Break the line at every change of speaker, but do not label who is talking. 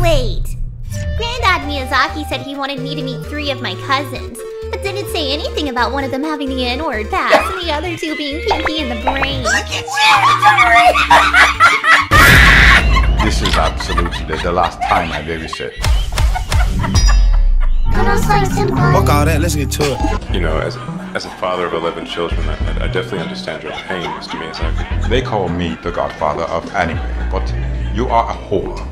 Wait! Grandad Miyazaki said he wanted me to meet three of my cousins, but didn't say anything about one of them having the N-word pass and the other two being Pinky in the brain.
This is absolutely the, the last time I've ever said.
Fuck all that. Let's get to it.
You know, as as a father of 11 children, I, I definitely understand your pain, Mr. Miyazaki.
They call me the godfather of anime, but you are a whore.